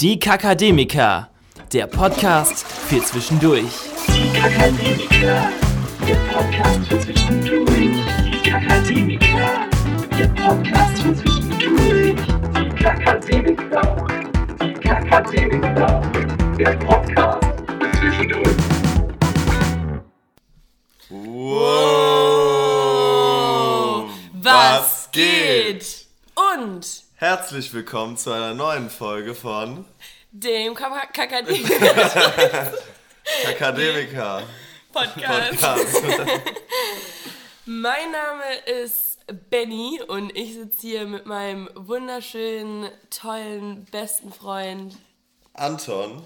Die Kakademiker, der Podcast für zwischendurch. Die Kakademiker, der Podcast für zwischendurch. Die Kakademiker, der Podcast für zwischendurch. Die Kakademiker, die Kakademiker, der Podcast für zwischendurch. Wow. Was geht? Und Herzlich willkommen zu einer neuen Folge von dem Kaka- Akademiker Kakademik-Podcast. Podcast. mein Name ist Benny und ich sitze hier mit meinem wunderschönen, tollen, besten Freund. Anton.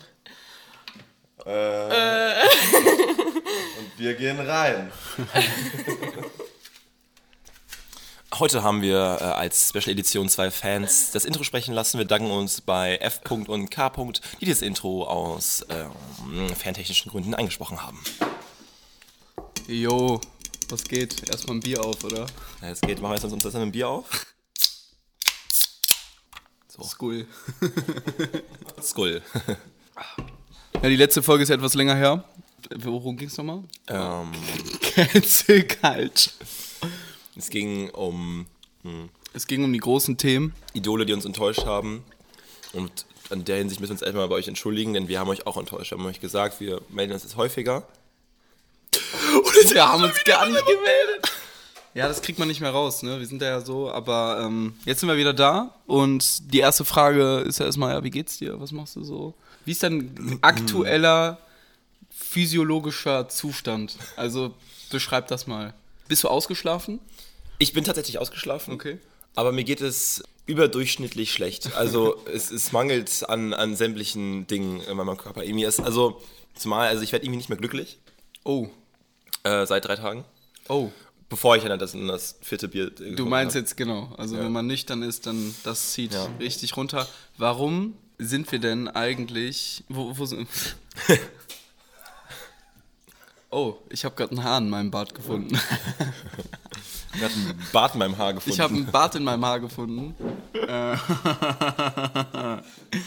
Äh. Äh. Und wir gehen rein. Heute haben wir äh, als Special Edition zwei Fans das Intro sprechen lassen. Wir danken uns bei F. und K. die das Intro aus ähm, fantechnischen Gründen eingesprochen haben. Jo, was geht? Erstmal ein Bier auf, oder? Jetzt geht, machen wir jetzt uns das mit dem Bier auf. School. Skull. Ja, die letzte Folge ist ja etwas länger her. Worum ging's nochmal? ähm, Cancel Culture. es ging um Es ging um die großen Themen. Idole, die uns enttäuscht haben. Und an der Hinsicht müssen wir uns erstmal bei euch entschuldigen, denn wir haben euch auch enttäuscht. Wir haben euch gesagt, wir melden uns jetzt häufiger. Und wir haben uns gar nicht gemeldet. Ja, das kriegt man nicht mehr raus, ne? Wir sind da ja so, aber ähm, jetzt sind wir wieder da und die erste Frage ist ja erstmal, ja, wie geht's dir? Was machst du so? Wie ist dein aktueller physiologischer Zustand? Also beschreib das mal. Bist du ausgeschlafen? Ich bin tatsächlich ausgeschlafen. Okay. Aber mir geht es überdurchschnittlich schlecht. Also es, es mangelt an, an sämtlichen Dingen in meinem Körper. Irgendwie ist, also zumal, also ich werde irgendwie nicht mehr glücklich Oh, äh, seit drei Tagen. oh. Bevor ich dann das, in das vierte Bier. äh, Du getrunken meinst hab. jetzt genau. Also wenn man nüchtern ist, dann das zieht richtig runter. Warum sind wir denn eigentlich? Wo, wo sind? oh, ich habe gerade einen Haar in meinem Bart gefunden. Ich habe einen Bart in meinem Haar gefunden. Ich habe einen Bart in meinem Haar gefunden. Äh,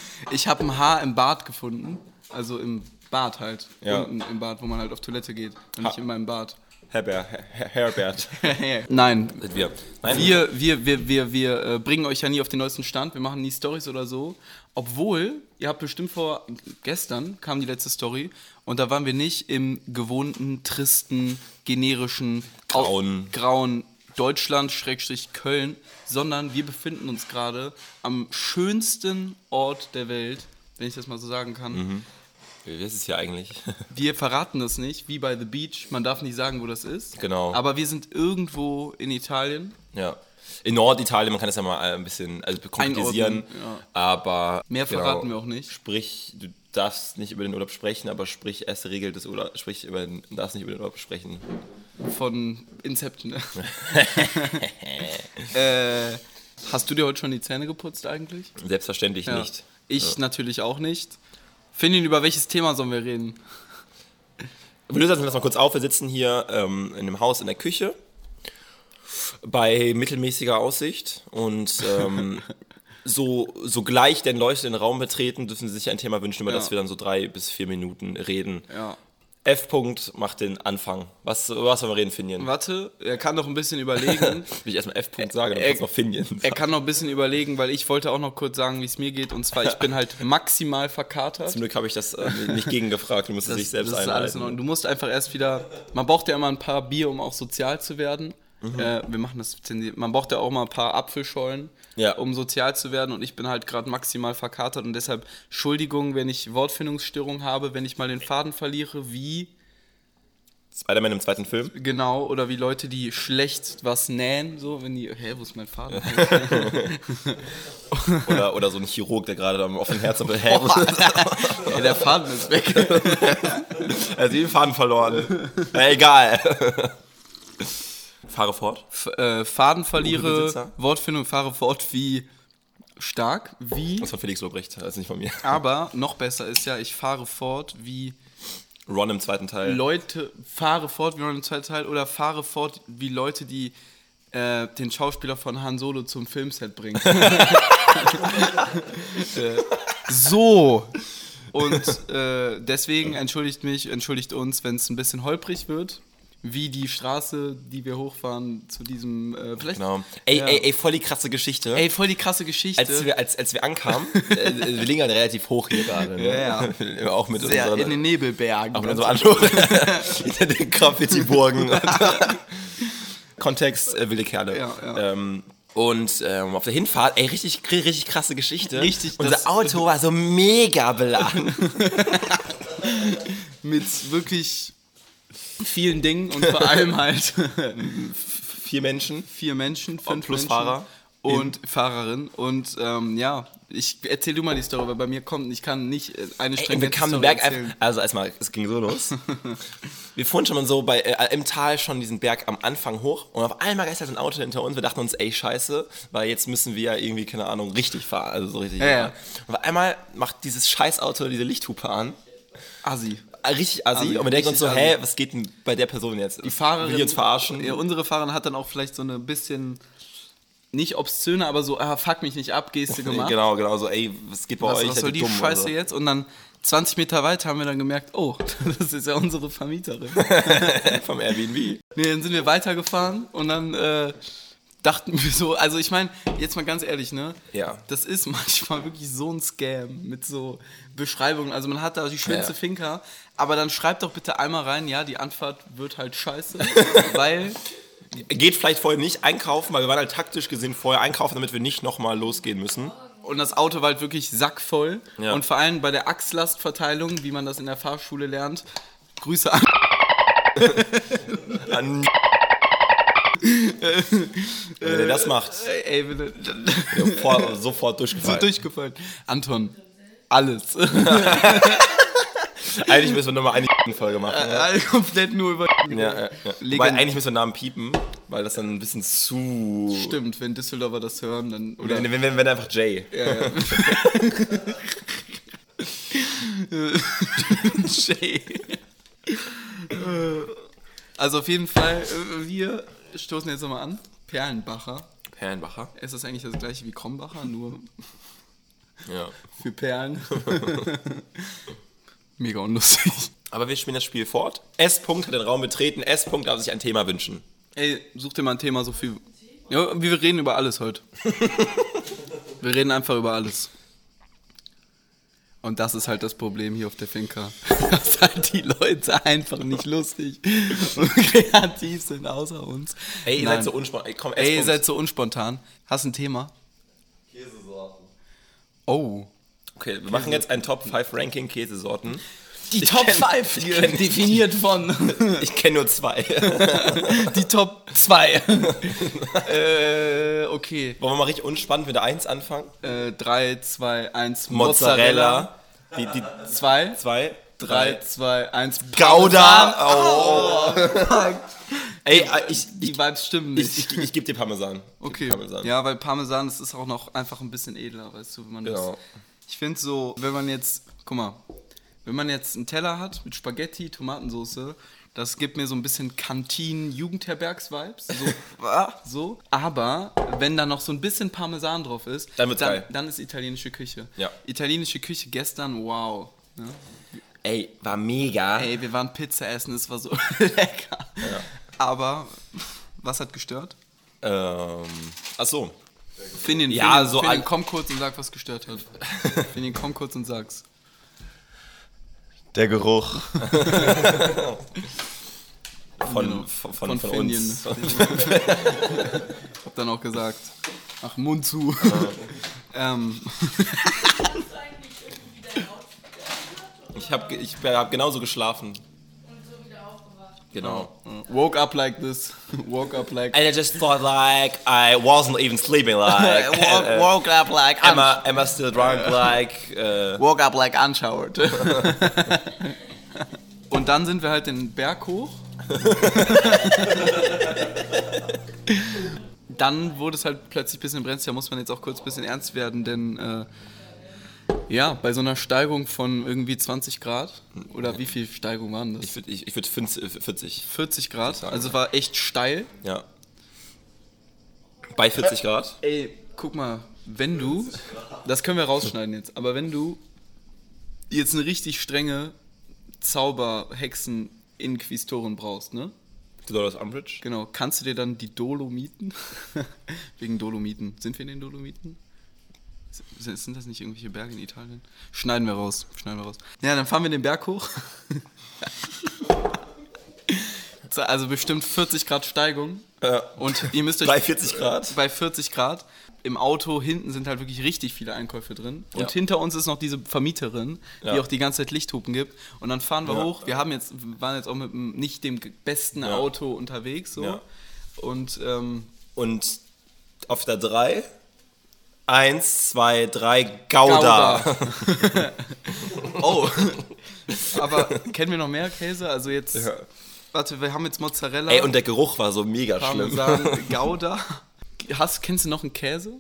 ich habe ein Haar im Bart gefunden. Also im Bad halt. Ja. Unten im Bad, wo man halt auf Toilette geht. Und nicht in meinem Bad. Herbert. Her- Herbert. Nein, Sind wir. Nein, Wir, wir, wir, wir, wir äh, bringen euch ja nie auf den neuesten Stand, wir machen nie Stories oder so. Obwohl, ihr habt bestimmt vor, gestern kam die letzte Story und da waren wir nicht im gewohnten, tristen, generischen, au- Grauen. grauen Deutschland, Schrägstrich Köln, sondern wir befinden uns gerade am schönsten Ort der Welt, wenn ich das mal so sagen kann. Mhm. Wie ist es hier eigentlich? Wir verraten das nicht, wie bei The Beach, man darf nicht sagen, wo das ist. Genau. Aber wir sind irgendwo in Italien. ja. In Norditalien, man kann das ja mal ein bisschen also konkretisieren. Einordnen, ja. Aber. genau, Mehr verraten wir auch nicht. Sprich, du darfst nicht über den Urlaub sprechen, aber sprich, erste Regel des Urlaubs, sprich, über den, du darfst nicht über den Urlaub sprechen. von Inception. äh, hast du dir heute schon die Zähne geputzt eigentlich? Selbstverständlich nicht. Ich natürlich auch nicht. Findin, über welches Thema sollen wir reden? Wir lösen das mal kurz auf. Wir sitzen hier ähm, in einem Haus in der Küche bei mittelmäßiger Aussicht und ähm, so, sogleich denn Leute den Raum betreten, dürfen sie sich ein Thema wünschen, über Ja. das wir dann so drei bis vier Minuten reden. Ja. F. -Punkt macht den Anfang. Was, über was wollen wir reden, Finien? Warte, er kann noch ein bisschen überlegen. Will ich erstmal F. -Punkt sagen, dann Ä- kannst du noch Finien. Er kann noch ein bisschen überlegen, weil ich wollte auch noch kurz sagen, wie es mir geht. Und zwar, ich bin halt maximal verkatert. Zum Glück habe ich das äh, nicht gegengefragt. Du musst es dich selbst das ist alles in einleiten. Ordnung. Du musst einfach erst wieder. Man braucht ja immer ein paar Bier, um auch sozial zu werden. Mhm. Äh, wir machen das. zensiert. Man braucht ja auch mal ein paar Apfelschollen, Ja. um sozial zu werden. Und ich bin halt gerade maximal verkatert und deshalb Entschuldigung, wenn ich Wortfindungsstörung habe, wenn ich mal den Faden verliere, wie Spider-Man im zweiten Film. genau oder wie Leute, die schlecht was nähen, so wenn die. Hä, wo ist mein Faden? Oder, oder so ein Chirurg, der gerade am offenen Herz hat. Ey, der Faden ist weg. Er hat den Faden verloren. Na, egal. Fahre fort. F äh, Faden verliere, Besitzer. Wortfindung fahre fort wie stark, wie. Das ist von Felix Lobrecht, das ist nicht von mir. Aber noch besser ist ja, ich fahre fort wie Ron im zweiten Teil. Leute, fahre fort wie Ron im zweiten Teil oder fahre fort wie Leute, die äh, den Schauspieler von Han Solo zum Filmset bringen. Äh, So. Und äh, deswegen entschuldigt mich, entschuldigt uns, wenn es ein bisschen holprig wird. Wie die Straße, die wir hochfahren zu diesem. Äh, vielleicht. Genau. Ey, Ja. ey, ey, voll die krasse Geschichte. Ey, voll die krasse Geschichte. als wir, als, als wir ankamen, äh, wir liegen halt relativ hoch hier gerade. Ne? Ja, Auch mit Sehr unseren, in den Nebelbergen. auch mit unserem Anspruch. Hinter den Graffiti-Burgen. Kontext, äh, wilde Kerle. Ja, ja. Ähm, und ähm, auf der Hinfahrt, ey, richtig, richtig krasse Geschichte. Richtig, das- Unser Auto war so mega beladen. mit wirklich vielen Dingen und vor allem halt Vier Menschen. vier Menschen, fünf plus Menschen Fahrer. und Fahrerin und ähm, ja, ich erzähl du mal die Story, weil bei mir kommt, ich kann nicht äh, eine Ey, und Strecke wir kamen den Story Berg erzählen. einfach, also erstmal, es ging so los. wir fuhren schon mal so bei, äh, im Tal schon diesen Berg am Anfang hoch und auf einmal geistert ein Auto hinter uns. Wir dachten uns, ey, scheiße, weil jetzt müssen wir ja irgendwie, keine Ahnung, richtig fahren, also so richtig. Ja, ja. Und auf einmal macht dieses Scheißauto diese Lichthupe an. Assi. Ah, Richtig assi. Assi, und wir denken uns Also, richtig so, assi. hä, was geht denn bei der Person jetzt? Die Fahrerin, Will die uns verarschen? Ja, unsere Fahrerin hat dann auch vielleicht so eine bisschen nicht obszöne, aber so ah, fuck mich nicht ab Geste gemacht. Genau, genau, so, ey, was geht bei Was, euch? was Seid soll ihr die dumm also. oder Scheiße so? jetzt? Und dann 20 Meter weiter haben wir dann gemerkt, oh, das ist ja unsere Vermieterin. Vom Airbnb. Nee, dann sind wir weitergefahren und dann äh, dachten wir so, also ich meine, jetzt mal ganz ehrlich, ne? Ja. Das ist manchmal wirklich so ein Scam mit so Beschreibungen. Also man hat da die schönste Ja. Finca, aber dann schreibt doch bitte einmal rein, ja, die Anfahrt wird halt scheiße, weil Geht vielleicht vorher nicht einkaufen, weil wir waren halt taktisch gesehen vorher einkaufen, damit wir nicht nochmal losgehen müssen. und das Auto war halt wirklich sackvoll Ja. und vor allem bei der Achslastverteilung, wie man das in der Fahrschule lernt. Grüße an. An Wenn er Äh, das macht, Ey, ey, bitte. vor, sofort durchgefallen. durchgefallen. Anton, alles. Eigentlich müssen wir nochmal eine Folge machen. Äh, Ja. Komplett nur über. Ja, ja, ja. Weil eigentlich müssen wir Namen piepen, weil das dann ein bisschen zu. Stimmt, wenn Düsseldorfer das hören, dann. Oder Wenn, wenn, wenn, wenn einfach Jay. Jay. Äh, also auf jeden Fall, äh, wir stoßen jetzt nochmal an. Perlenbacher. Perlenbacher. Ist das eigentlich das gleiche wie Krombacher, nur Ja. für Perlen? Mega unlustig. Aber wir spielen das Spiel fort. S. Punkt hat den Raum betreten. S. Punkt darf sich ein Thema wünschen. Ey, such dir mal ein Thema, so viel. Ja, wir reden über alles heute. wir reden einfach über alles. Und das ist halt das Problem hier auf der Finca. Dass halt die Leute einfach nicht lustig und kreativ sind, außer uns. Ey, ihr Nein. seid so unspontan. Ey, komm, S. Ey, ihr Punkt. seid so unspontan. Hast ein Thema? Käsesorten. Oh. okay, wir machen jetzt ein Top 5 Ranking Käsesorten. Die Top kenn- 5 ich hier, kenn- definiert von Ich kenne nur zwei. die Top 2. äh, okay. Wollen wir mal richtig unspannend mit der 1 anfangen? Äh, 3, 2, 1, Mozzarella. Mozzarella. Die, die 2, zwei. 3, 2, 1, Gouda. Oh. Ey, äh, ich, Oh, Die Vibes stimmen Ich, nicht. ich, ich gebe dir Parmesan. okay. Ich geb dir Parmesan. Ja, weil Parmesan, das ist auch noch einfach ein bisschen edler, weißt du, wenn man Genau. das. Ich finde so, wenn man jetzt, guck mal, wenn man jetzt einen Teller hat mit Spaghetti, Tomatensauce, das gibt mir so ein bisschen Kantinen-Jugendherbergs-Vibes. So, ah, so. Aber wenn da noch so ein bisschen Parmesan drauf ist, Dann wird's dann, geil. dann ist italienische Küche. Ja. Italienische Küche gestern, wow. Ne? Ey, war mega. Ey, wir waren Pizza essen, es war so lecker. Aber was hat gestört? Ähm, ach so. Finin, Ja, Finin, so Finin, ein- komm kurz und sag, was gestört hat. Finin, komm kurz und sag's. Der Geruch. Von, Genau. von, von, von Finien. uns. Hab dann auch gesagt. Ach, Mund zu. ähm, Ich habe ich hab genauso geschlafen. Genau. woke up like this. Woke up like. And I just thought like I wasn't even sleeping like uh, Woke, woke up like. Emma, Emma still drunk like äh, Woke up like unshowered. Und dann sind wir halt den Berg hoch. dann wurde es halt plötzlich ein bisschen brenzlig. Da muss man jetzt auch kurz ein bisschen ernst werden, denn äh, ja, bei so einer Steigung von irgendwie 20 Grad oder wie viel Steigung waren das? ich würde ich, ich würd 40, 40. 40 Grad, also war echt steil. Ja. Bei 40 Grad. Ey, guck mal, Wenn du, das können wir rausschneiden jetzt, aber wenn du jetzt eine richtig strenge Zauber-Hexen-Inquisitorin brauchst, ne? Dolores Umbridge? Genau, kannst du dir dann die Dolomiten? Wegen Dolomiten. Sind wir in den Dolomiten? Sind sind das nicht irgendwelche Berge in Italien? Schneiden wir raus, schneiden wir raus. Ja, dann fahren wir den Berg hoch. So, also bestimmt 40 Grad Steigung. Äh, Und ihr müsst euch bei 40 Grad? bei 40 Grad. Im Auto hinten sind halt wirklich richtig viele Einkäufe drin. Und Ja. hinter uns ist noch diese Vermieterin, die Ja. auch die ganze Zeit Lichthupen gibt. Und dann fahren wir Ja. hoch. Wir haben jetzt, waren jetzt auch mit dem- nicht dem ge- besten Ja. Auto unterwegs. So. Ja. Und ähm, Und auf der 3? 1, 2, 3, Gouda. oh. Aber kennen wir noch mehr Käse? Also jetzt, Ja. warte, wir haben jetzt Mozzarella, Ey, und der Geruch war so mega schlimm. Parmesan, Gouda. Hast, kennst du noch einen Käse?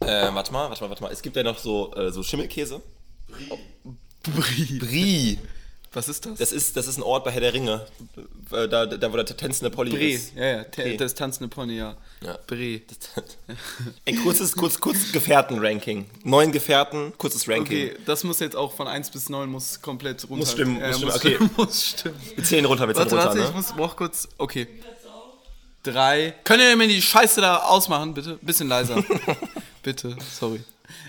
Äh, warte mal, warte mal, warte mal. Es gibt ja noch so, äh, so Schimmelkäse. Brie. Brie. Was ist das? Das ist, das ist ein Ort bei Herr der Ringe. Äh, Da, da wo der tänzende Polly Brie. ist. Ja, ja, te- Brie. das tanzende Pony, ja. Ja. Brie. Ein kurzes, kurz, kurz Gefährten-Ranking. Neun Gefährten, kurzes Ranking. Okay, das muss jetzt auch von 1 bis 9 muss komplett runter. Muss stimmen, Äh, muss muss stimmen, stimmen, muss stimmen. Wir zählen runter, wir zählen Warte, runter, warte, ich ne? muss brauch kurz. Okay. Drei. Könnt ihr mir die Scheiße da ausmachen, bitte? Bisschen leiser. bitte, sorry.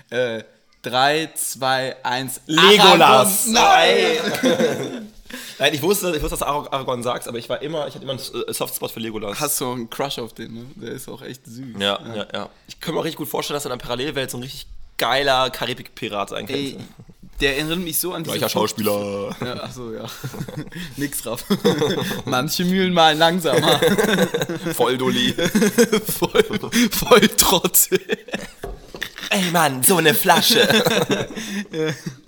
Äh, drei, zwei, eins. Legolas. Aragorn. Nein! Nein, ich wusste, ich wusste, dass du Arag- Aragorn sagst, aber ich war immer, ich hatte immer einen äh, Softspot für Legolas. Hast du auch einen Crush auf den, ne? Der ist auch echt süß. ja, ja, ja, Ich könnte mir auch richtig gut vorstellen, dass in einer Parallelwelt so ein richtig geiler Karibik-Pirat sein könnte. Ey, der erinnert mich so an diese. Gleicher Schauspieler. Ja, achso, ja. Nix, Raff. Manche Mühlen malen langsamer. Voll Dulli. voll, voll trotzig. Ey Mann, so eine Flasche.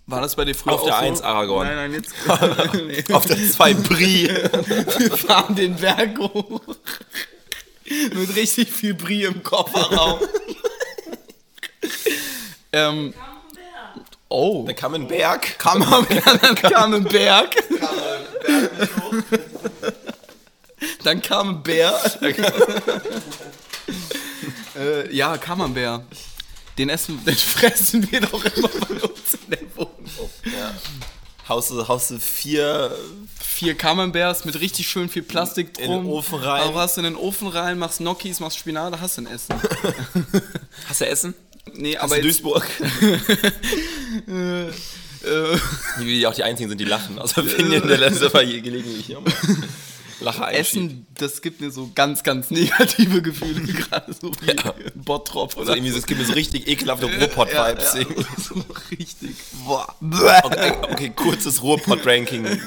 War das bei dir früher Auf der auch so? Eins Aragorn. Nein, nein, jetzt. nee. Auf der 2 Brie. Wir fahren den Berg hoch. Mit richtig viel Brie im Kofferraum. ähm. Oh. Da kam ein Berg. Kam am, dann kam ein Berg. Dann kam ein Bär. äh, ja, kam ein Bär. Den, essen, den fressen wir doch immer bei uns in der Wohnung. Haust du, haust du vier vier Camemberts mit richtig schön viel Plastik drum. In den Ofen rein. Aber hast du in den Ofen rein, machst Gnocchis, machst Spinat, da hast du ein Essen. Hast du Essen? Nee, Hast aber du jetzt, Duisburg? äh, Wie wir auch die einzigen sind, die lachen. Also Finja, der letzte war je gelegentlich hier. Lache einschieben. Essen, das gibt mir so ganz, ganz negative Gefühle, gerade so wie Ja. Bottrop oder Also irgendwie, so- es gibt mir so richtig ekelhafte Ruhrpott-Vibes. Ja, ja, so richtig. Boah. Okay, okay, kurzes Ruhrpott-Ranking.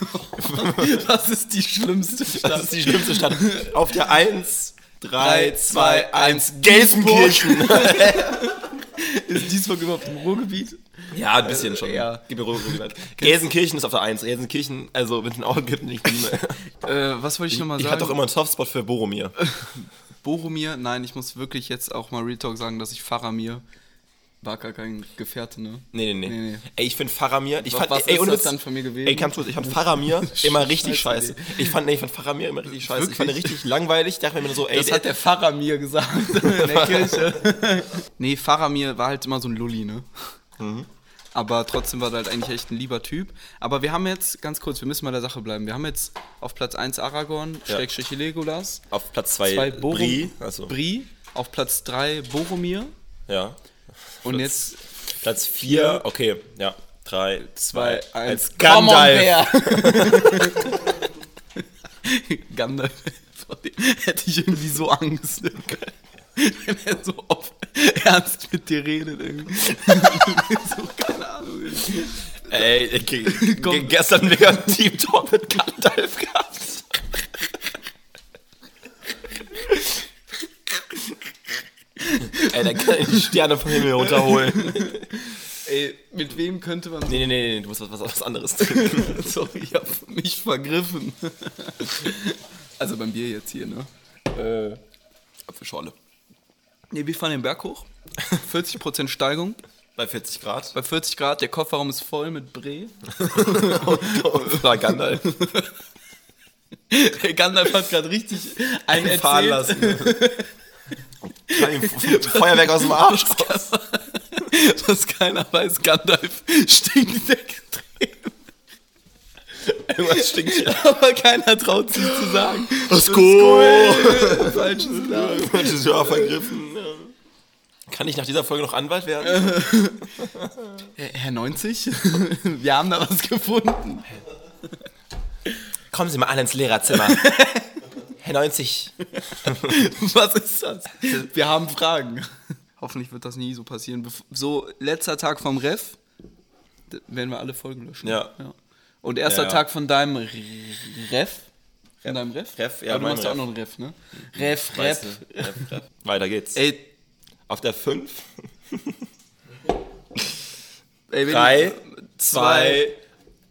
Das ist die schlimmste Stadt. Das ist die schlimmste Stadt. Auf der 1, 3, Drei, 2, zwei, 1, Gelsenkirchen. Ist Duisburg überhaupt im Ruhrgebiet? Ja, ein bisschen schon. Ja. Gib mir Ruhe, Ruhe. Gelsenkirchen ist auf der 1. Gelsenkirchen, also wenn es ein Auge gibt, nicht bin Äh, was wollte ich nochmal Ich sagen? hatte doch immer einen Softspot für Boromir. Boromir, nein, ich muss wirklich jetzt auch mal Real Talk sagen, dass ich Faramir war gar kein Gefährte, ne? Nee, nee, nee. Nee, nee. Ey, ich finde Faramir. Ich Was- fand, was ey, ist ohne das Witz, dann von mir gewesen? Ey, ganz kurz, ich fand Faramir immer richtig Scheiße, scheiße. Ich fand, nee, ich fand Faramir immer richtig scheiße. Ich fand ihn Wirklich? richtig langweilig. Dachte mir nur so, ey, Das hat der Pfarrer mir gesagt in der Kirche. nee, Pfarrer mir war halt immer so ein Lulli, ne? Mhm. Aber trotzdem war er halt eigentlich echt ein lieber Typ. Aber wir haben jetzt, ganz kurz, wir müssen bei der Sache bleiben. Wir haben jetzt auf Platz 1 Aragorn, Schrägstrich Legolas, auf Platz 2 2 Borum Brie. Also, Brie, auf Platz 3 Boromir ja. und Platz- jetzt Platz 4, okay, ja. 3, 2, 1, 2, 1, Gandalf. Gandalf, vor dem hätte ich irgendwie so Angst. ne? Wenn er so oft ernst mit dir redet, irgendwie. so, keine Ahnung. Ey, okay. ge- Komm. gestern wieder ein Team Talk mit Gandalf gehabt. Ey, der kann die Sterne vom Himmel runterholen. Ey, mit wem könnte man. Nee, nee, nee, nee, du musst was, was, was anderes Sorry, ich hab mich vergriffen. also beim Bier jetzt hier, ne? Äh. Apfelschorle. Ne, wir fahren den Berg hoch. 40% Steigung. Bei 40 Grad. Bei 40 Grad, der Kofferraum ist voll mit Bree. Bei Gandalf. Der Gandalf hat gerade richtig einen Fahren erzählt. lassen. Knall ihm Feuerwerk aus dem Arsch raus. Dass keiner weiß, Gandalf stinkt weggetrieben. Irgendwas stinkt hier. Aber keiner traut sich zu sagen. Das cool. Falsches Lager. Das ist ja vergriffen. Kann ich nach dieser Folge noch Anwalt werden? Äh, Herr 90, wir haben da was gefunden. Kommen Sie mal alle ins Lehrerzimmer. Herr 90. Was ist das? Wir haben Fragen. Hoffentlich wird das nie so passieren. Bef- So, letzter Tag vom Ref, d- werden wir alle Folgen löschen. Ja. Und erster Ja, ja. Tag von deinem R- Ref? Von deinem Ref? Ref, ja, Aber du mein machst ja auch Ref. Mhm. noch einen Ref, ne? Ref, Weißt Ref. du, Rap, Rap. Weiter geht's. Ey, Auf der 5. ey, wenn 3, zwei,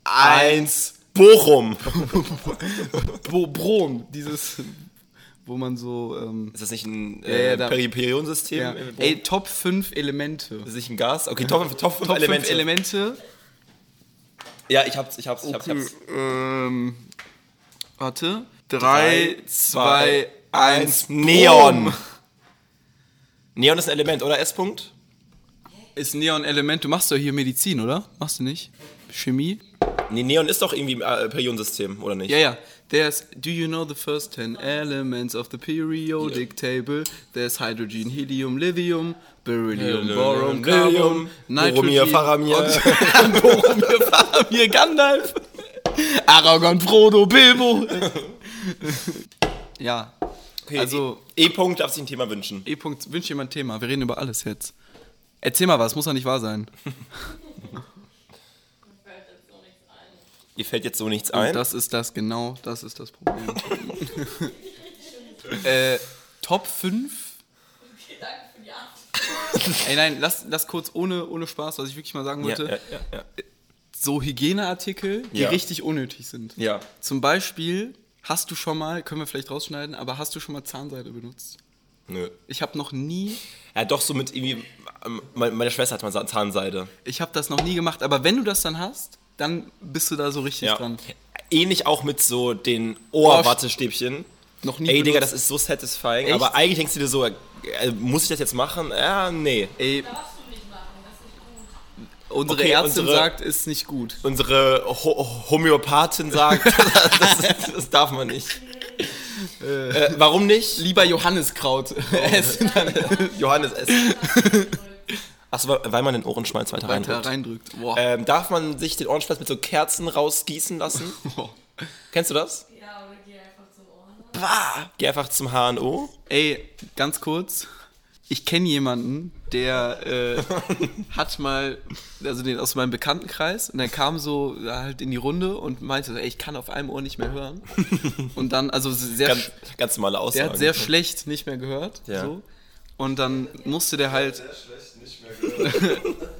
2, 1. Bochum. ich- Bo Brom, dieses, wo man so, ähm, Ist das nicht ein Ja, äh, ja, da- Periperionsystem? ja. Äh, Bochum? ey, Top 5 Elemente. Ist das nicht ein Gas? Okay, Top, Top, fünf Top 5 Elemente. Elemente. Ja, ich hab's, ich hab's, ich hab's. Ich hab's. Ähm, warte. Drei, 3, 2, 1. Neon. Neon ist ein Element, oder? S-Punkt? Ist Neon-Element. Du machst doch hier Medizin, oder? Machst du nicht? Chemie? Nee, Neon ist doch irgendwie im äh, Periodensystem, oder nicht? Ja, ja. There's, do you know the first 10 elements of the periodic table? There's hydrogen, helium, lithium, beryllium, boron, carbon, Boromir, Faramir. Boromir, Faramir, Gandalf, Aragorn, Frodo, Bilbo. ja. Okay, Also- E- E-Punkt darf sich ein Thema wünschen. E-Punkt, wünsch dir mal ein Thema. Wir reden über alles jetzt. Erzähl mal was, muss ja nicht wahr sein. Ihr fällt jetzt so nichts ein. Das ist das, genau, das ist das Problem. äh, Top 5? Ey, nein, lass, lass kurz ohne, ohne Spaß, was ich wirklich mal sagen ja, wollte. ja, ja, ja. So Hygieneartikel, die Ja. richtig unnötig sind. ja. Zum Beispiel, hast du schon mal, können wir vielleicht rausschneiden, aber hast du schon mal Zahnseide benutzt? Nö. Ich habe noch nie Ja, doch, so mit irgendwie. ähm, Meine meine Schwester hat mal Sa- Zahnseide. Ich habe das noch nie gemacht, aber wenn du das dann hast, dann bist du da so richtig Ja. dran. Ähnlich auch mit so den Ohr- Ohrwattestäbchen. Noch nie. Ey, Digga, das benutzt. ist so satisfying. Echt? Aber eigentlich denkst du dir so, äh, muss ich das jetzt machen? Ja, nee. Ey, unsere Okay, Ärztin unsere- sagt, ist nicht gut. Unsere Ho Homöopathin sagt, das, das, das darf man nicht. Äh, warum nicht? Lieber Johanniskraut essen, dann Johannes S. Achso, weil man den Ohrenschmalz weiter, weiter weiter rein. reindrückt. Boah. Ähm, darf man sich den Ohrenschmalz mit so Kerzen rausgießen lassen? Boah. Kennst du das? Ja, oder geh einfach zum Ohren. Geh einfach zum HNO. Ey, ganz kurz. Ich kenne jemanden, der äh, hat mal, also den aus meinem Bekanntenkreis, und der kam so halt in die Runde und meinte, ey, ich kann auf einem Ohr nicht mehr hören. Und dann, also sehr Ganz, ganz normale Der Aussage. hat sehr schlecht nicht mehr gehört. Ja. So. Und dann musste der halt, Sehr schlecht, nicht mehr gehört.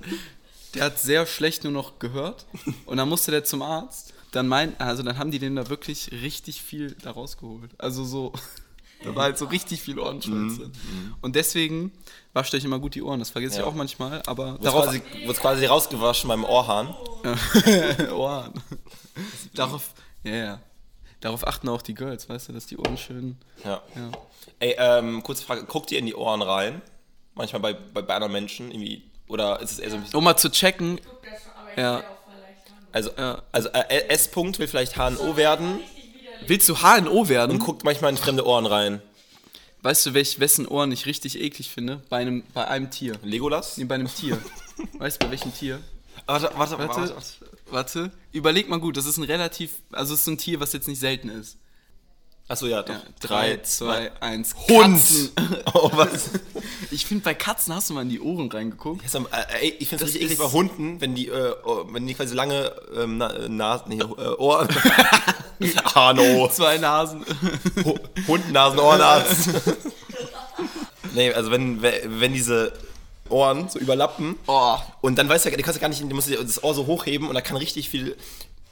der hat sehr schlecht nur noch gehört. Und dann musste der zum Arzt. Dann meint, also dann haben die dem da wirklich richtig viel da rausgeholt. Also so, da war halt so richtig viel Mhm. Ohrenschmalz drin. Und deswegen wascht euch immer gut die Ohren. Das vergesse ich Ja. auch manchmal, aber Wurde darauf, quasi, wurde quasi rausgewaschen beim Ohrhahn. Ohren. darauf, ja, ja. Darauf achten auch die Girls, weißt du, dass die Ohren schön. Ja. Ja. Ey, ähm, kurze Frage, guckt ihr in die Ohren rein? Manchmal bei, bei, bei anderen Menschen irgendwie, oder ist es eher so ein bisschen, Um mal zu checken, Guck das schon, aber ich Ja. ja. auch voll leicht an. also, Ja. also äh, S-Punkt will vielleicht HNO werden willst du HNO werden? und guckt manchmal in fremde Ohren rein. Weißt du, welch, wessen Ohren ich richtig eklig finde? Bei einem, bei einem Tier. Legolas? Nee, bei einem Tier. weißt du, bei welchem Tier? Warte, warte, Warte, warte. Überleg mal gut, das ist ein relativ, also es ist ein Tier, was jetzt nicht selten ist. Achso, ja, doch. Ja, drei, drei, zwei, zwei, eins. Hund! Oh, was? Ich finde, bei Katzen hast du mal in die Ohren reingeguckt. Jetzt, haben- äh, ey, ich find's Das richtig eklig ist- bei Hunden, wenn die, äh, oh, wenn die quasi lange ähm, Na- äh, Nasen, nee, äh, Ohr, HNO. Zwei Nasen. Hundnasen, Ohrenarzt. nee, also wenn, wenn diese Ohren so überlappen Oh. und dann weißt du ja, du kannst ja gar nicht, du musst dir das Ohr so hochheben und da kann richtig viel,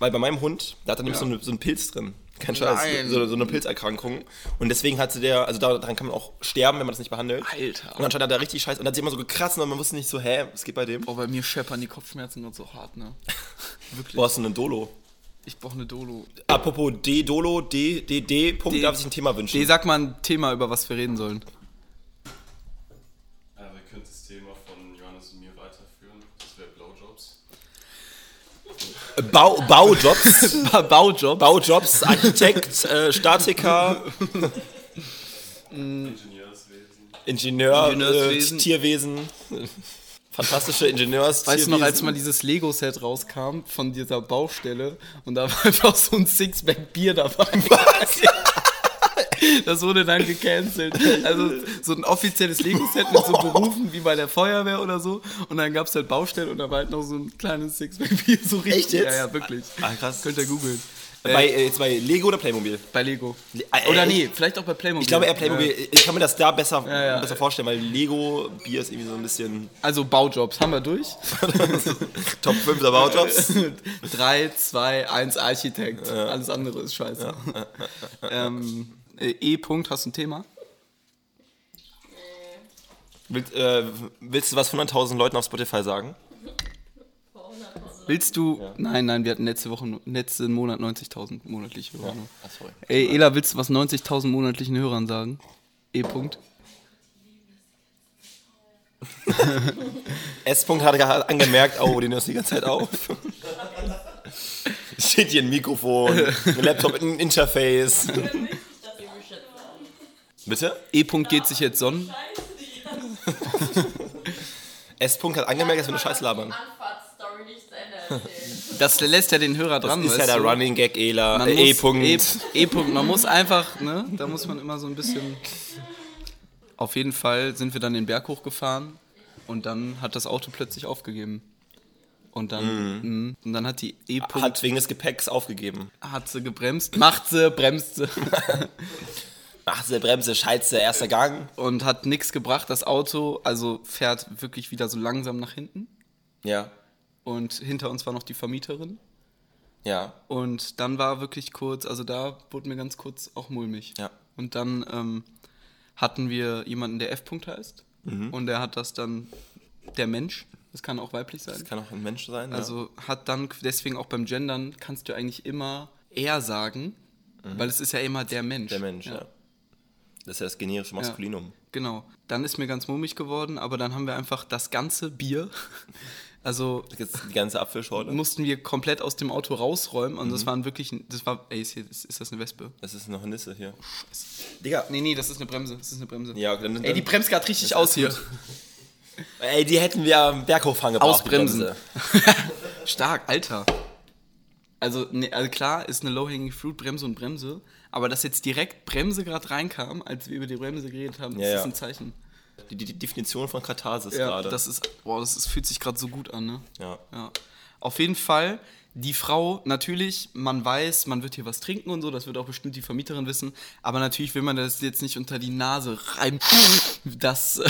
weil bei meinem Hund, da hat er nämlich so, eine, so einen Pilz drin. Kein Scheiß, Nein. so, so eine Pilzerkrankung. Und deswegen hatte der, also da- daran kann man auch sterben, wenn man das nicht behandelt. Alter. Und anscheinend hat er richtig Scheiß und hat sich immer so gekratzt und man wusste nicht so, hä, was geht bei dem? Boah, bei mir scheppern die Kopfschmerzen ganz so hart, ne? Wirklich. Boah, hast du einen Dolo. Ich brauche eine Dolo. Apropos D, Dolo, D, D, D, Punkt, D- darf sich ein Thema wünschen. Nee, sag mal ein Thema, über was wir reden sollen. Bau, Baujobs, Baujob. Baujobs, Architekt, äh, Statiker, Mm. Ingenieur, Ingenieurswesen. Ingenieurswesen. Äh, Tierwesen, fantastische Ingenieurs. Weißt du noch, als Tierwesen. mal dieses Lego-Set rauskam von dieser Baustelle und da war einfach so ein Sixpack Bier dabei. Das wurde dann gecancelt. Also so ein offizielles Lego-Set mit so Berufen wie bei der Feuerwehr oder so. Und dann gab es halt Baustellen und da war halt noch so ein kleines Sixpack Bier. So richtig. Echt jetzt? Ja, ja, wirklich. Ah, krass. Könnt ihr googeln. bei, äh, jetzt bei Lego oder Playmobil? Bei Lego. äh, Oder äh, nee, vielleicht auch bei Playmobil. Ich glaube eher Playmobil. Ja. Ich kann mir das da besser, Ja, ja. besser vorstellen, weil Lego Bier ist irgendwie so ein bisschen Also Baujobs haben wir durch. Top 5 der Baujobs. Äh, 3, 2, 1 Architekt. Alles andere ist scheiße. äh. ähm, äh, E-Punkt, hast du ein Thema? Willst, äh, willst du was 100.000 Leuten auf Spotify sagen? Willst du. Nein, nein, wir hatten letzte Woche, letzten Monat 90.000 monatliche Hörer. nur. Ach, sorry. Ey, Ela, willst du was 90.000 monatlichen Hörern sagen? E-Punkt. S. -Punkt hat gerade angemerkt, oh, den hörst du die ganze Zeit auf. Steht hier ein Mikrofon, ein Laptop, ein Interface. Bitte? E-Punkt geht sich jetzt sonnen. S. -Punkt hat angemerkt, dass wir eine Scheiße labern. Anfahrtsstory nicht zu Ende erzählen. Das lässt ja den Hörer Das dran. ist ja weißt der du? Running Gag Ela. Man äh, muss- E-Punkt. E- E-Punkt. Man muss einfach, ne? Da muss man immer so ein bisschen. Auf jeden Fall sind wir dann den Berg hochgefahren und dann hat das Auto plötzlich aufgegeben. Und dann, mhm. und dann hat die E-Punkt hat wegen des Gepäcks aufgegeben. hat sie gebremst, macht sie, bremst sie Bremse, Bremse, Scheiße, erster Gang. und hat nichts gebracht. Das Auto also fährt wirklich wieder so langsam nach hinten Ja, und hinter uns war noch die Vermieterin ja. und dann war wirklich kurz, also da wurde mir ganz kurz auch mulmig. Ja. Und dann ähm, hatten wir jemanden, der F-Punkt heißt Mhm. und der hat das dann der Mensch, das kann auch weiblich sein. Das kann auch ein Mensch sein. Also hat dann deswegen auch beim Gendern kannst du eigentlich immer er sagen, weil es ist ja immer der Mensch. ja. Mhm. der Mensch, ja. Das ist ja das generische Maskulinum. Genau. Dann ist mir ganz mummig geworden, aber dann haben wir einfach das ganze Bier, also Jetzt die ganze Apfelschorle. mussten wir komplett aus dem Auto rausräumen und Mhm. das waren wirklich, das war, ey, ist, hier- ist, ist das eine Wespe? Das ist noch eine Nisse hier. Digga. Nee, nee, das ist eine Bremse, das ist eine Bremse. Ja, dann, dann, Ey, die bremst gerade richtig aus hier. Ey, die hätten wir am Berghof angebracht. Ausbremsen. die Bremse. Stark, Alter. Also, nee, also klar ist eine Low-Hanging Fruit Bremse und Bremse, aber dass jetzt direkt Bremse gerade reinkam, als wir über die Bremse geredet haben, das Ja, ist ja. ein Zeichen. Die, die, die Definition von Katharsis Ja, gerade. das ist, boah, das ist, fühlt sich gerade so gut an, ne? ja. Ja. Auf jeden Fall, die Frau, natürlich, man weiß, man wird hier was trinken und so, das wird auch bestimmt die Vermieterin wissen, aber natürlich will man das jetzt nicht unter die Nase reiben, dass,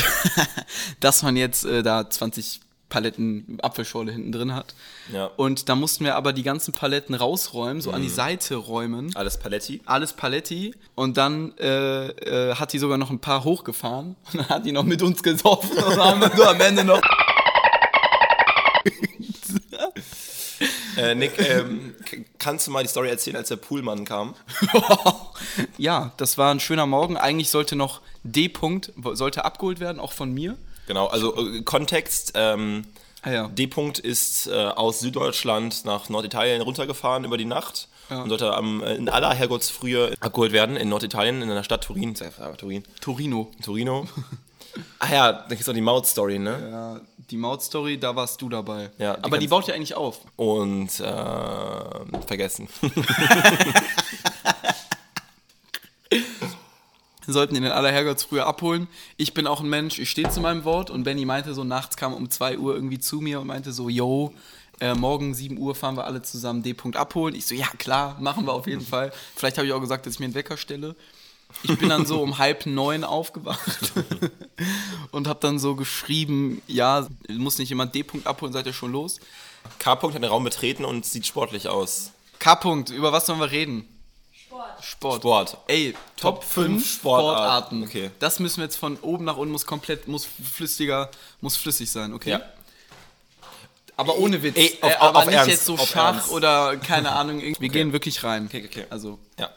dass man jetzt äh, da 20 Paletten Apfelschorle hinten drin hat. Ja. Mhm. Und da mussten wir aber die ganzen Paletten rausräumen, so an die Seite räumen. Alles Paletti. Alles Paletti und dann äh, äh, hat die sogar noch ein paar hochgefahren und dann hat die noch mit uns gesoffen und dann haben wir nur am Ende noch Äh, Nick, ähm, k- kannst du mal die Story erzählen, als der Poolmann kam? ja, das war ein schöner Morgen. Eigentlich sollte noch D. Punkt wo- sollte abgeholt werden, auch von mir. Genau, also äh, Kontext. Ähm, Ah ja. D. Punkt ist äh, aus Süddeutschland nach Norditalien runtergefahren über die Nacht und sollte am, äh, in aller Herrgottsfrühe abgeholt werden in Norditalien, in der Stadt Turin. Sag ich, ah, Turin. Torino. Torino. ah ja, da gibt's auch die Maut-Story, ne? Ja, die Mautstory, da warst du dabei. Ja, die aber die kannst- baut ja eigentlich auf. Und äh, vergessen. Wir sollten ihn in aller Herrgotts früher abholen. Ich bin auch ein Mensch, ich stehe zu meinem Wort. Und Benny meinte so, nachts kam um 2 Uhr irgendwie zu mir und meinte so, yo, äh, morgen 7 Uhr fahren wir alle zusammen D-Punkt abholen. Ich so, ja klar, machen wir auf jeden Fall. Vielleicht habe ich auch gesagt, dass ich mir einen Wecker stelle. Ich bin dann so um halb neun aufgewacht und habe dann so geschrieben, ja, muss nicht jemand D-Punkt abholen, seid ihr schon los? K. Punkt hat den Raum betreten und sieht sportlich aus. K-Punkt, über was sollen wir reden? Sport. Sport. Sport. Ey, Top, Top 5 fünf Sportarten. Sportarten. Okay. Das müssen wir jetzt von oben nach unten, muss komplett, muss flüssiger, muss flüssig sein, okay? Ja. Aber ohne Witz. Ey, auf- äh, aber auf nicht Ernst, jetzt so auf Schach Ernst. oder keine Ahnung. irgendwie. Wir gehen wirklich rein. Okay, okay. Also, Ja.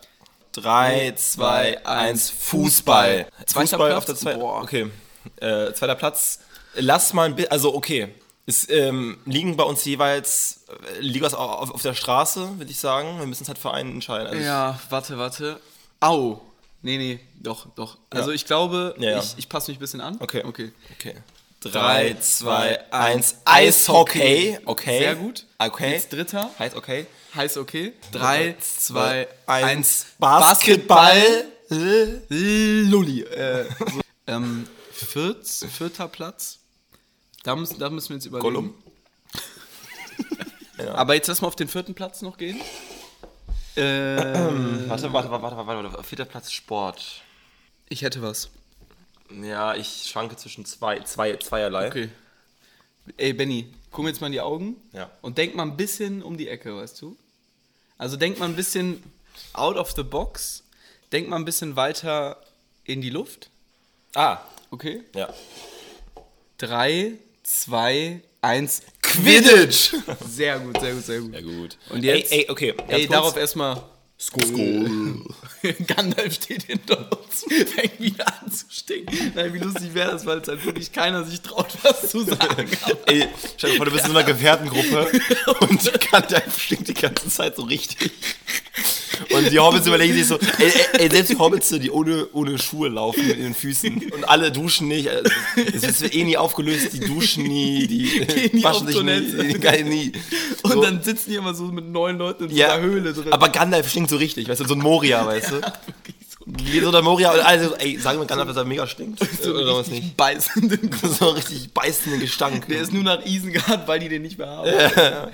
3, 2, 1, Fußball. Zweiter Fußball Platz? auf der zweiten. Boah. Okay. Äh, zweiter Platz. Lass mal ein bisschen. Also, okay. Es ähm, liegen bei uns jeweils äh, Ligas au- auf, auf der Straße, würde ich sagen. Wir müssen es halt für einen entscheiden. Also Ja, warte, warte. Au. Nee, nee, doch, doch. Also ich glaube, Ja, ja. ich, ich passe mich ein bisschen an. Okay. Okay. Okay. 3, 2, 1. Eishockey. Okay. Sehr gut. Okay. Jetzt dritter. Heißt okay. Heiß okay. Drei, zwei, eins. eins. Basketball. Basketball. Lulli. Äh, so. ähm, viert, vierter Platz. Da müssen, da müssen wir jetzt überlegen. Gollum. Aber jetzt erstmal auf den vierten Platz noch gehen. Ähm, Warte, warte, warte, warte, warte, warte. Vierter Platz Sport. ich hätte was. Ja, ich schwanke zwischen zwei, zwei, zweierlei. Okay. Ey, Benny, guck mir jetzt mal in die Augen Ja. und denk mal ein bisschen um die Ecke, weißt du? Also denk mal ein bisschen out of the box, denk mal ein bisschen weiter in die Luft. Ah, Okay. ja. Drei, zwei, eins. Quidditch! Sehr gut, sehr gut, sehr gut. Ja, gut. Und jetzt- Ey, ey okay. ganz Ey, kurz. darauf erstmal. Skol. Gandalf steht hinter uns, fängt wieder an zu stinken. Nein, wie lustig wäre das, weil es halt wirklich keiner sich traut, was zu sagen. Ey, stell dir vor, du bist in so einer Gefährtengruppe und die Kante stinkt die ganze Zeit so richtig. Und die Hobbits überlegen sich so, ey, ey, ey selbst die Hobbits, die ohne, ohne Schuhe laufen in den Füßen und alle duschen nicht, also, es wird eh nie aufgelöst, die duschen Eh nie, die Gehen nie waschen auf sich Toilette. nie, geil nie. Und So. dann sitzen die immer so mit neun Leuten in so ja, einer Höhle drin. aber Gandalf stinkt so richtig, weißt du, so ein Moria, weißt du. Wie so der Moria und alle so, ey, sagen wir Gandalf, dass er mega stinkt. so oder was nicht? richtig beißenden So einen richtig beißenden Gestank. Der ist nur nach Isengard, weil die den nicht mehr haben.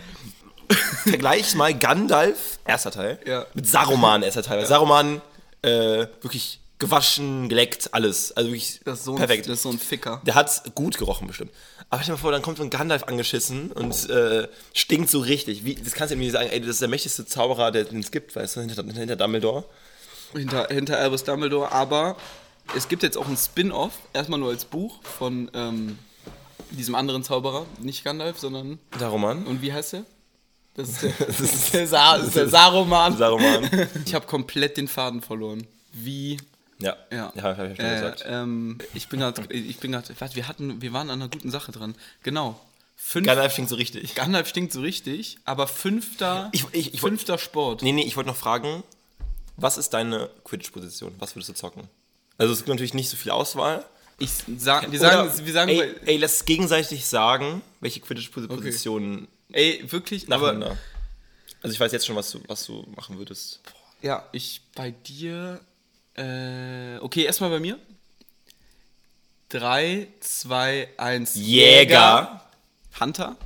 Vergleich mal Gandalf, erster Teil, Ja. mit Saruman, erster Teil. Weil Saruman, äh, wirklich gewaschen, geleckt, alles. Also wirklich Das ist so ein, perfekt. Das ist so ein Ficker. der hat gut gerochen bestimmt. Aber stell dir mal vor, dann kommt so ein Gandalf angeschissen und äh, stinkt so richtig. Wie, das kannst du ihm nicht sagen, ey, das ist der mächtigste Zauberer, der den es gibt, weißt du, hinter, hinter Dumbledore. Hinter, hinter Albus Dumbledore, aber es gibt jetzt auch ein Spin-off, erstmal nur als Buch von ähm, diesem anderen Zauberer, nicht Gandalf, sondern. Saruman. Und wie heißt der? Das ist der, das ist der, Sa das ist der Saruman. Saruman. Ich habe komplett den Faden verloren. Wie. ja. Ja, Ja, hab ich schon äh, gesagt. Ähm, ich bin gerade, ich bin gerade, warte, wir hatten, wir waren an einer guten Sache dran. Genau. Fünf, Gandalf stinkt so richtig. Gandalf stinkt so richtig, aber fünfter, Ich- ich- ich- fünfter Sport. Nee, nee, ich wollte noch fragen, was ist deine Quidditch-Position? Was würdest du zocken? Also es gibt natürlich nicht so viel Auswahl. Ich sag, wir sagen, Oder- wir sagen, ey, ey, lass es gegenseitig sagen, welche kritische Positionen ey, wirklich, aber nacheinander. Also ich weiß jetzt schon, was du, was du machen würdest. ja, ich bei dir, äh, okay, erstmal bei mir. Drei, zwei, eins. Hunter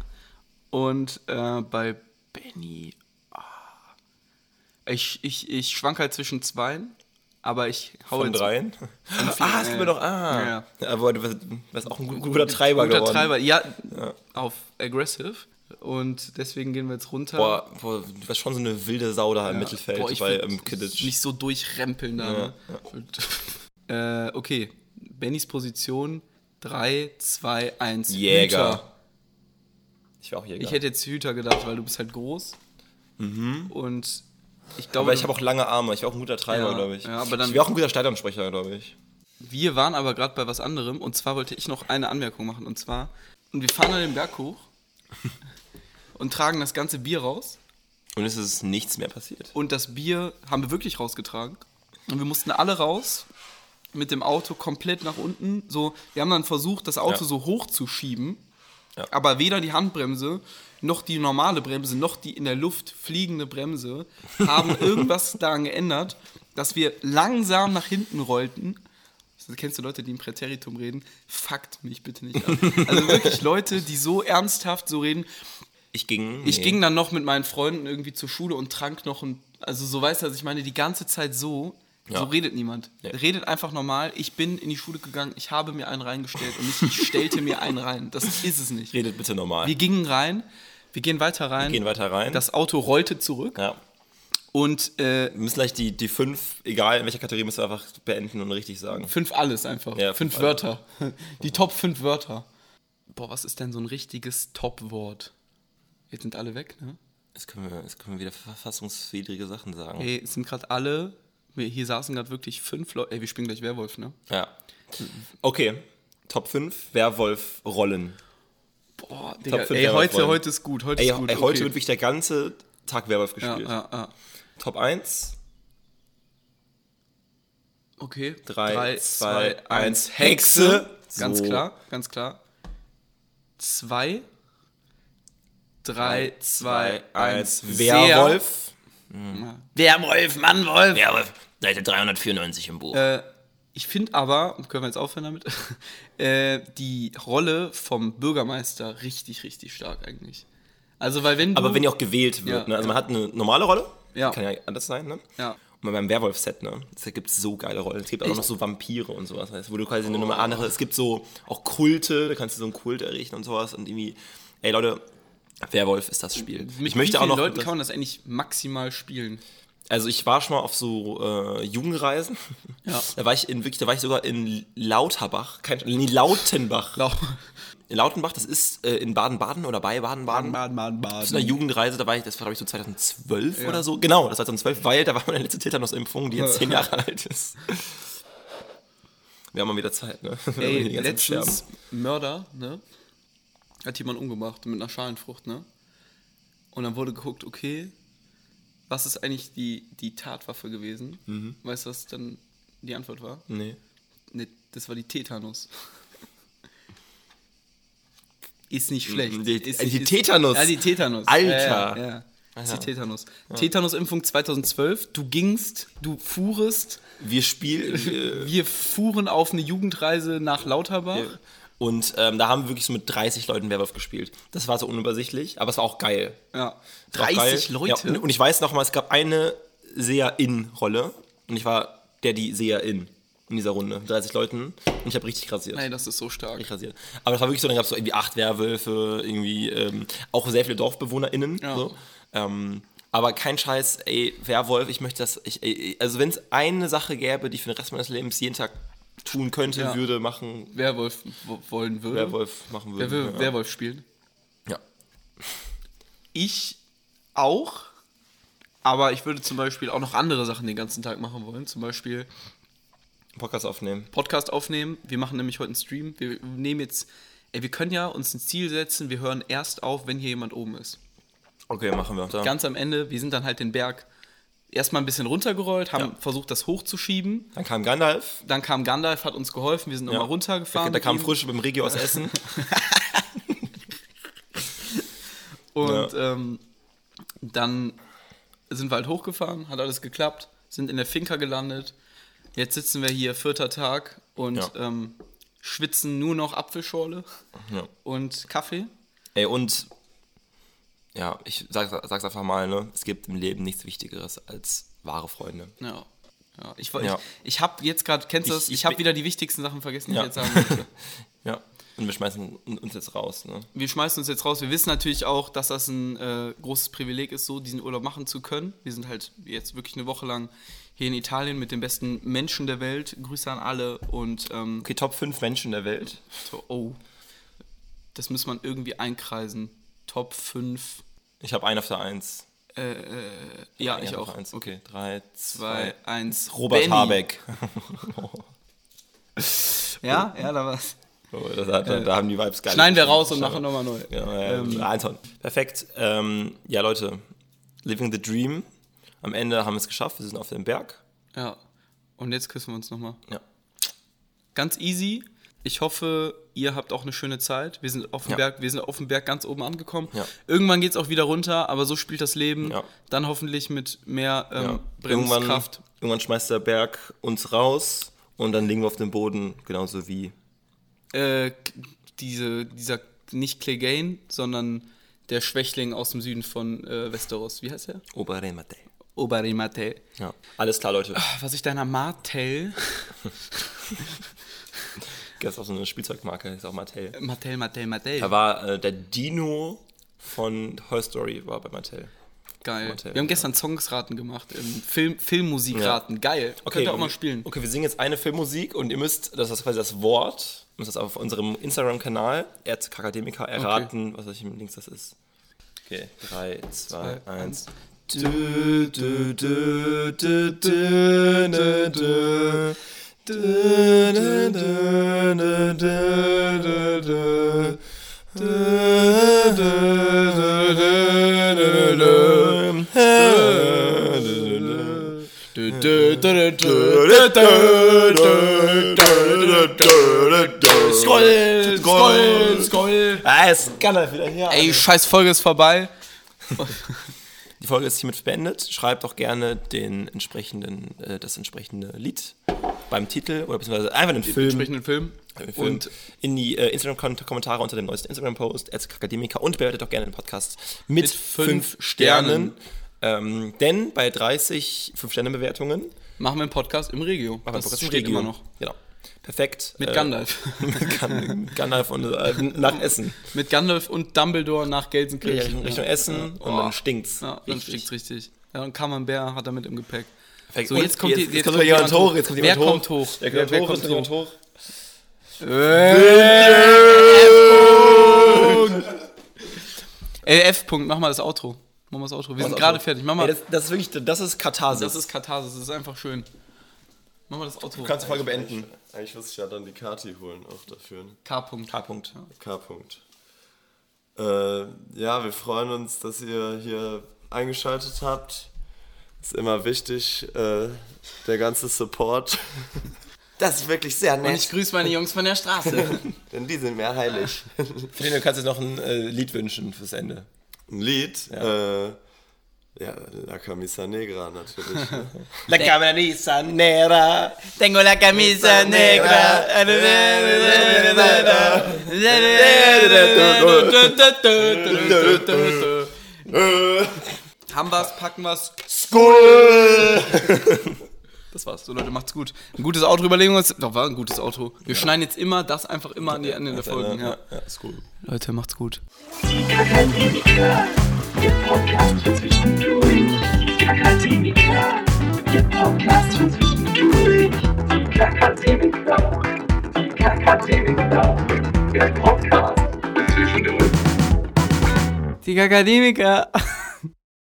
und äh, bei Benny. ah. Ich, ich, ich schwank halt zwischen zweien, aber ich hau Von jetzt äh, dreien. Ah, es gibt ja noch. Ja, Ah. ja. Aber du bist- du bist auch ein gu- guter Treiber Guter geworden. Treiber, ja, auf aggressive. Und deswegen gehen wir jetzt runter. Boah, boah, du warst schon so eine wilde Sau da im Mittelfeld Boah, ich bei würd ähm, Kidditch. Nicht so durchrempeln da. ne? äh, okay, Bennys Position 3, 2, 1. Jäger. Hüter. Ich war auch Jäger. Ich hätte jetzt Hüter gedacht, weil du bist halt groß. Und ich glaube, Mhm. aber ich habe auch lange Arme. Ich war auch ein guter Treiber, Ja, glaube ich. ja, aber dann- ich war auch ein guter Stadionsprecher, glaube ich. Wir waren aber gerade bei was anderem und zwar wollte ich noch eine Anmerkung machen und zwar, und wir fahren an den Berg hoch und tragen das ganze Bier raus Und es ist nichts mehr passiert. und das Bier haben wir wirklich rausgetragen und wir mussten alle raus mit dem Auto komplett nach unten, so, wir haben dann versucht, das Auto Ja. so hoch zu schieben, Ja. aber weder die Handbremse noch die normale Bremse noch die in der Luft fliegende Bremse haben irgendwas daran geändert, dass wir langsam nach hinten rollten das kennst du Leute, die im Präteritum reden? Fuckt mich bitte nicht an. Also wirklich Leute, die so ernsthaft so reden. Ich ging. Ich nee. ging dann noch mit meinen Freunden irgendwie zur Schule und trank noch ein. Also so weißt du, also ich meine, die ganze Zeit so. So Ja. redet niemand. Nee. Redet einfach normal. Ich bin in die Schule gegangen, ich habe mir einen reingestellt und nicht, ich stellte mir einen rein. Das ist es nicht. Redet bitte normal. Wir gingen rein, wir gehen weiter rein. gehen weiter rein. Das Auto rollte zurück ja. und äh, Wir müssen gleich die, die fünf, egal in welcher Kategorie, müssen wir einfach beenden und richtig sagen. Fünf alles einfach. Ja, fünf fünf Wörter. Die Top fünf Wörter. Boah, was ist denn so ein richtiges Top-Wort? Jetzt sind alle weg, ne? Jetzt können wir, jetzt können wir wieder verfassungswidrige Sachen sagen. Ey, es sind gerade alle. Wir, hier saßen gerade wirklich fünf Leute. Ey, wir spielen gleich Werwolf, ne? Ja. Okay. Top 5, Werwolf-Rollen. Boah, Digga, Top fünf ey, heute, Werwolf-Folgen. heute ist gut, heute Ey, ist gut. ey, heute okay. wird wirklich der ganze Tag Werwolf Ja, gespielt. ja, ja. Top 1, Okay. 3, Drei, 2, zwei, 1, eins. Hexe. Ganz So. klar, ganz klar. Zwei, drei, zwei, eins. Werwolf. Hm. Werwolf, Mann, Wolf. Werwolf, Seite 394 im Buch. Äh, ich finde aber, können wir jetzt aufhören damit, äh, die Rolle vom Bürgermeister richtig, richtig stark eigentlich. Also, weil wenn du, Aber wenn ja auch gewählt wird, Ja, ne? Also ja. man hat eine normale Rolle, Ja. kann ja anders sein, ne? Ja. Und beim Werwolf-Set, ne? Es gibt so geile Rollen. Es gibt auch noch so Vampire und sowas. Heißt, wo du quasi eine Nummer andere. Es gibt so auch Kulte, da kannst du so einen Kult errichten und sowas. Und irgendwie, ey Leute, Werwolf ist das Spiel. mit ich möchte wie vielen auch noch. Leuten kann man das eigentlich maximal spielen? also ich war schon mal auf so äh, Jugendreisen. Ja. Da war ich in wirklich, da war ich sogar in Lauterbach. Kein, nee, Lautenbach. Blau. In Lautenbach, das ist äh, in Baden-Baden oder bei Baden-Baden. Mann, Mann, zu einer Mann. Jugendreise, da war ich, das war glaube ich so 2012 oder so. Genau, das war 2012, weil da war meine letzte Tetanus-Impfung, die jetzt zehn Jahre alt ist. Wir haben mal wieder Zeit, ne? Wenn wir Ey, die ganze Zeit letztens sterben. Mörder, ne? Hat jemand umgebracht mit einer Schalenfrucht, ne? Und dann wurde geguckt, okay, was ist eigentlich die, die Tatwaffe gewesen? Mhm. Weißt du, was dann die Antwort war? Nee. Ne, das war die Tetanus. Ist nicht schlecht. Die- ist äh, nicht- die ist- Tetanus. Ja, die Tetanus. Alter. Ja, ja, ja. Das ist die Tetanus. Tetanus-Impfung 2012. Du gingst, du fuhrest. Wir spielen. Wir fuhren auf eine Jugendreise nach Lauterbach. Äh, und ähm, da haben wir wirklich so mit 30 Leuten Werwolf gespielt. Das war so unübersichtlich, aber es war auch geil. Ja. Es war auch 30 geil. Leute. Ja, und, und ich weiß noch mal, es gab eine Seherin-Rolle und ich war der, die Seherin in dieser Runde. 30 Leuten und ich habe richtig rasiert. Nein, das ist so stark. nicht rasiert. Aber das war wirklich so, dann gab es so irgendwie acht Werwölfe, irgendwie ähm, auch sehr viele DorfbewohnerInnen. Ja. So. Ähm, aber kein Scheiß, ey, Werwolf, ich möchte das, ich, ey, also wenn es eine Sache gäbe, die ich für den Rest meines Lebens jeden Tag tun könnte, Ja. würde, machen, Werwolf wo- wollen würde. Werwolf machen Wer würde. will ja. Werwolf spielen? Ja. Ich auch. Aber ich würde zum Beispiel auch noch andere Sachen den ganzen Tag machen wollen. Zum Beispiel Podcast aufnehmen. Podcast aufnehmen. Wir machen nämlich heute einen Stream. Wir nehmen jetzt, ey, wir können ja uns ein Ziel setzen. Wir hören erst auf, wenn hier jemand oben ist. Okay, machen wir. Da. Ganz am Ende, wir sind dann halt den Berg erstmal ein bisschen runtergerollt, haben versucht, das hochzuschieben. Dann kam Gandalf. Dann kam Gandalf, hat uns geholfen. Wir sind nochmal runtergefahren. Da, da mit kam ihm. frisch mit dem Regio aus Essen. Und ähm, dann sind wir halt hochgefahren, hat alles geklappt, sind in der Finca gelandet. Jetzt sitzen wir hier, vierter Tag, und Ja. ähm, schwitzen nur noch Apfelschorle Ja. und Kaffee. Ey, und ja, ich sag, sag's einfach mal, ne? Es gibt im Leben nichts Wichtigeres als wahre Freunde. Ja. ja. Ich, woll- Ja. ich, ich habe jetzt gerade, kennst du Ich- das? ich Ich habe bin- wieder die wichtigsten Sachen vergessen, die Ja. ich jetzt sagen wollte. Ja. Und wir schmeißen uns jetzt raus, ne? Wir schmeißen uns jetzt raus. Wir wissen natürlich auch, dass das ein äh, großes Privileg ist, so diesen Urlaub machen zu können. Wir sind halt jetzt wirklich eine Woche lang hier in Italien mit den besten Menschen der Welt. Grüße an alle und ähm, Okay, Top 5 Menschen der Welt. So, oh. Das muss man irgendwie einkreisen. Top 5. Ich habe einen auf der 1. Ja, ich auch. Okay, 3, 2, 2, 1. Robert Habeck. Ja, ja, da war's. Oh, das hat, da, da haben die Vibes geil. Äh, Schneiden wir raus und machen Ähm. nochmal neu. Ja, ja, Anton. Perfekt. Ähm, ja, Leute, Living the Dream. Am Ende haben wir es geschafft. Wir sind auf dem Berg. Ja. Und jetzt küssen wir uns nochmal. Ja. Ganz easy. Ich hoffe, ihr habt auch eine schöne Zeit. Wir sind auf dem Ja. Berg, wir sind auf dem Berg ganz oben angekommen. Ja. Irgendwann geht's auch wieder runter, aber so spielt das Leben. Ja. Dann hoffentlich mit mehr ähm, ja. Irgendwann, Bremskraft. irgendwann schmeißt der Berg uns raus und dann liegen wir auf dem Boden, genauso wie. Äh, k- diese, dieser nicht Clegane, sondern der Schwächling aus dem Süden von äh, Westeros. Wie heißt er? Oberremate. Oberimatel. Ja. Alles klar, Leute. Ah, Was ich deiner Martel, Das ist auch so eine Spielzeugmarke, ist auch Mattel. Martel, Martel, Martel. Da war äh, der Dino von Toy Story war bei Mattel. Geil. Martell, wir haben ja. gestern Songsraten gemacht, im Film, Filmmusikraten. Geil. Könnt ihr auch wir- mal spielen. Okay, wir singen jetzt eine Filmmusik und ihr müsst, das ist quasi das Wort, müsst das auf unserem Instagram-Kanal, Erzakademiker, erraten, was weiß ich mit links das ist. Okay, 3, 2, 1. ne, Skoll, Skoll, Skoll. Ah, es kann er wieder her. Ey, scheiß Folge ist vorbei. Die Folge ist hiermit beendet. Schreibt auch gerne den entsprechenden, äh, das entsprechende Lied beim Titel oder beziehungsweise einfach den Film. Entsprechenden Film. Und in die äh, Instagram-Kommentare unter dem neuesten Instagram-Post, als Akademiker und bewertet doch gerne den Podcast mit, fünf, fünf Sternen. Ähm, denn bei 30 5-Sterne-Bewertungen Machen wir einen Podcast im Regio. machen wir das Podcast im steht Regio. immer noch. Genau. Perfekt. Mit äh, Gandalf. mit Gan- mit Gandalf und äh, nach Essen. Mit Gandalf und Dumbledore nach Gelsenkirchen. Richtung, Richtung Essen und Oh. dann stinkt's. Ja, dann Richtig. stinkt's richtig. Ja, und Carmen Bär hat er mit im Gepäck. Perfekt. So, Und jetzt kommt die- jetzt kommt kommt jemand jemand hoch. hoch. Jetzt kommt Wer jemand hoch. kommt hoch? Wer Wer kommt hoch? kommt Jetzt kommt jemand hoch. Ey, F. -Punkt, mach mal das Outro. Mach mal das Outro. Wir sind Mach gerade Outro. fertig. Mach mal. Ey, das, das ist wirklich, das ist Katharsis. das ist Katharsis, das ist einfach schön. Mach mal das Outro. du kannst die Folge beenden. Eigentlich müsste ich ja dann die Kati holen, auch dafür. K. -Punkt. K-Punkt. K. -Punkt. Äh, ja, wir freuen uns, dass ihr hier eingeschaltet habt. Ist immer wichtig, äh, der ganze Support. Das ist wirklich sehr Und ich grüße meine Jungs von der Straße. denn die sind mehr heilig. Für den du kannst jetzt noch ein äh, Lied wünschen fürs Ende. Ein Lied, ja. äh, ja, La Camisa Negra natürlich. ne? La camisa nera. Tengo la camisa negra. Haben wir's, packen wir's. Das war's. So, Leute, macht's gut. Ein gutes Outro überlegen wir uns. Doch, war ein gutes Outro. Wir schneiden jetzt immer das einfach immer an die Ende der Folgen. Ja. ja, ist cool. Leute, macht's gut. Die Kakademiker, der Podcast für zwischendurch. Die Kakademiker, der Podcast für zwischendurch. Die Kakademiker, die Kakademiker, der Podcast für zwischendurch. Die Kakademiker.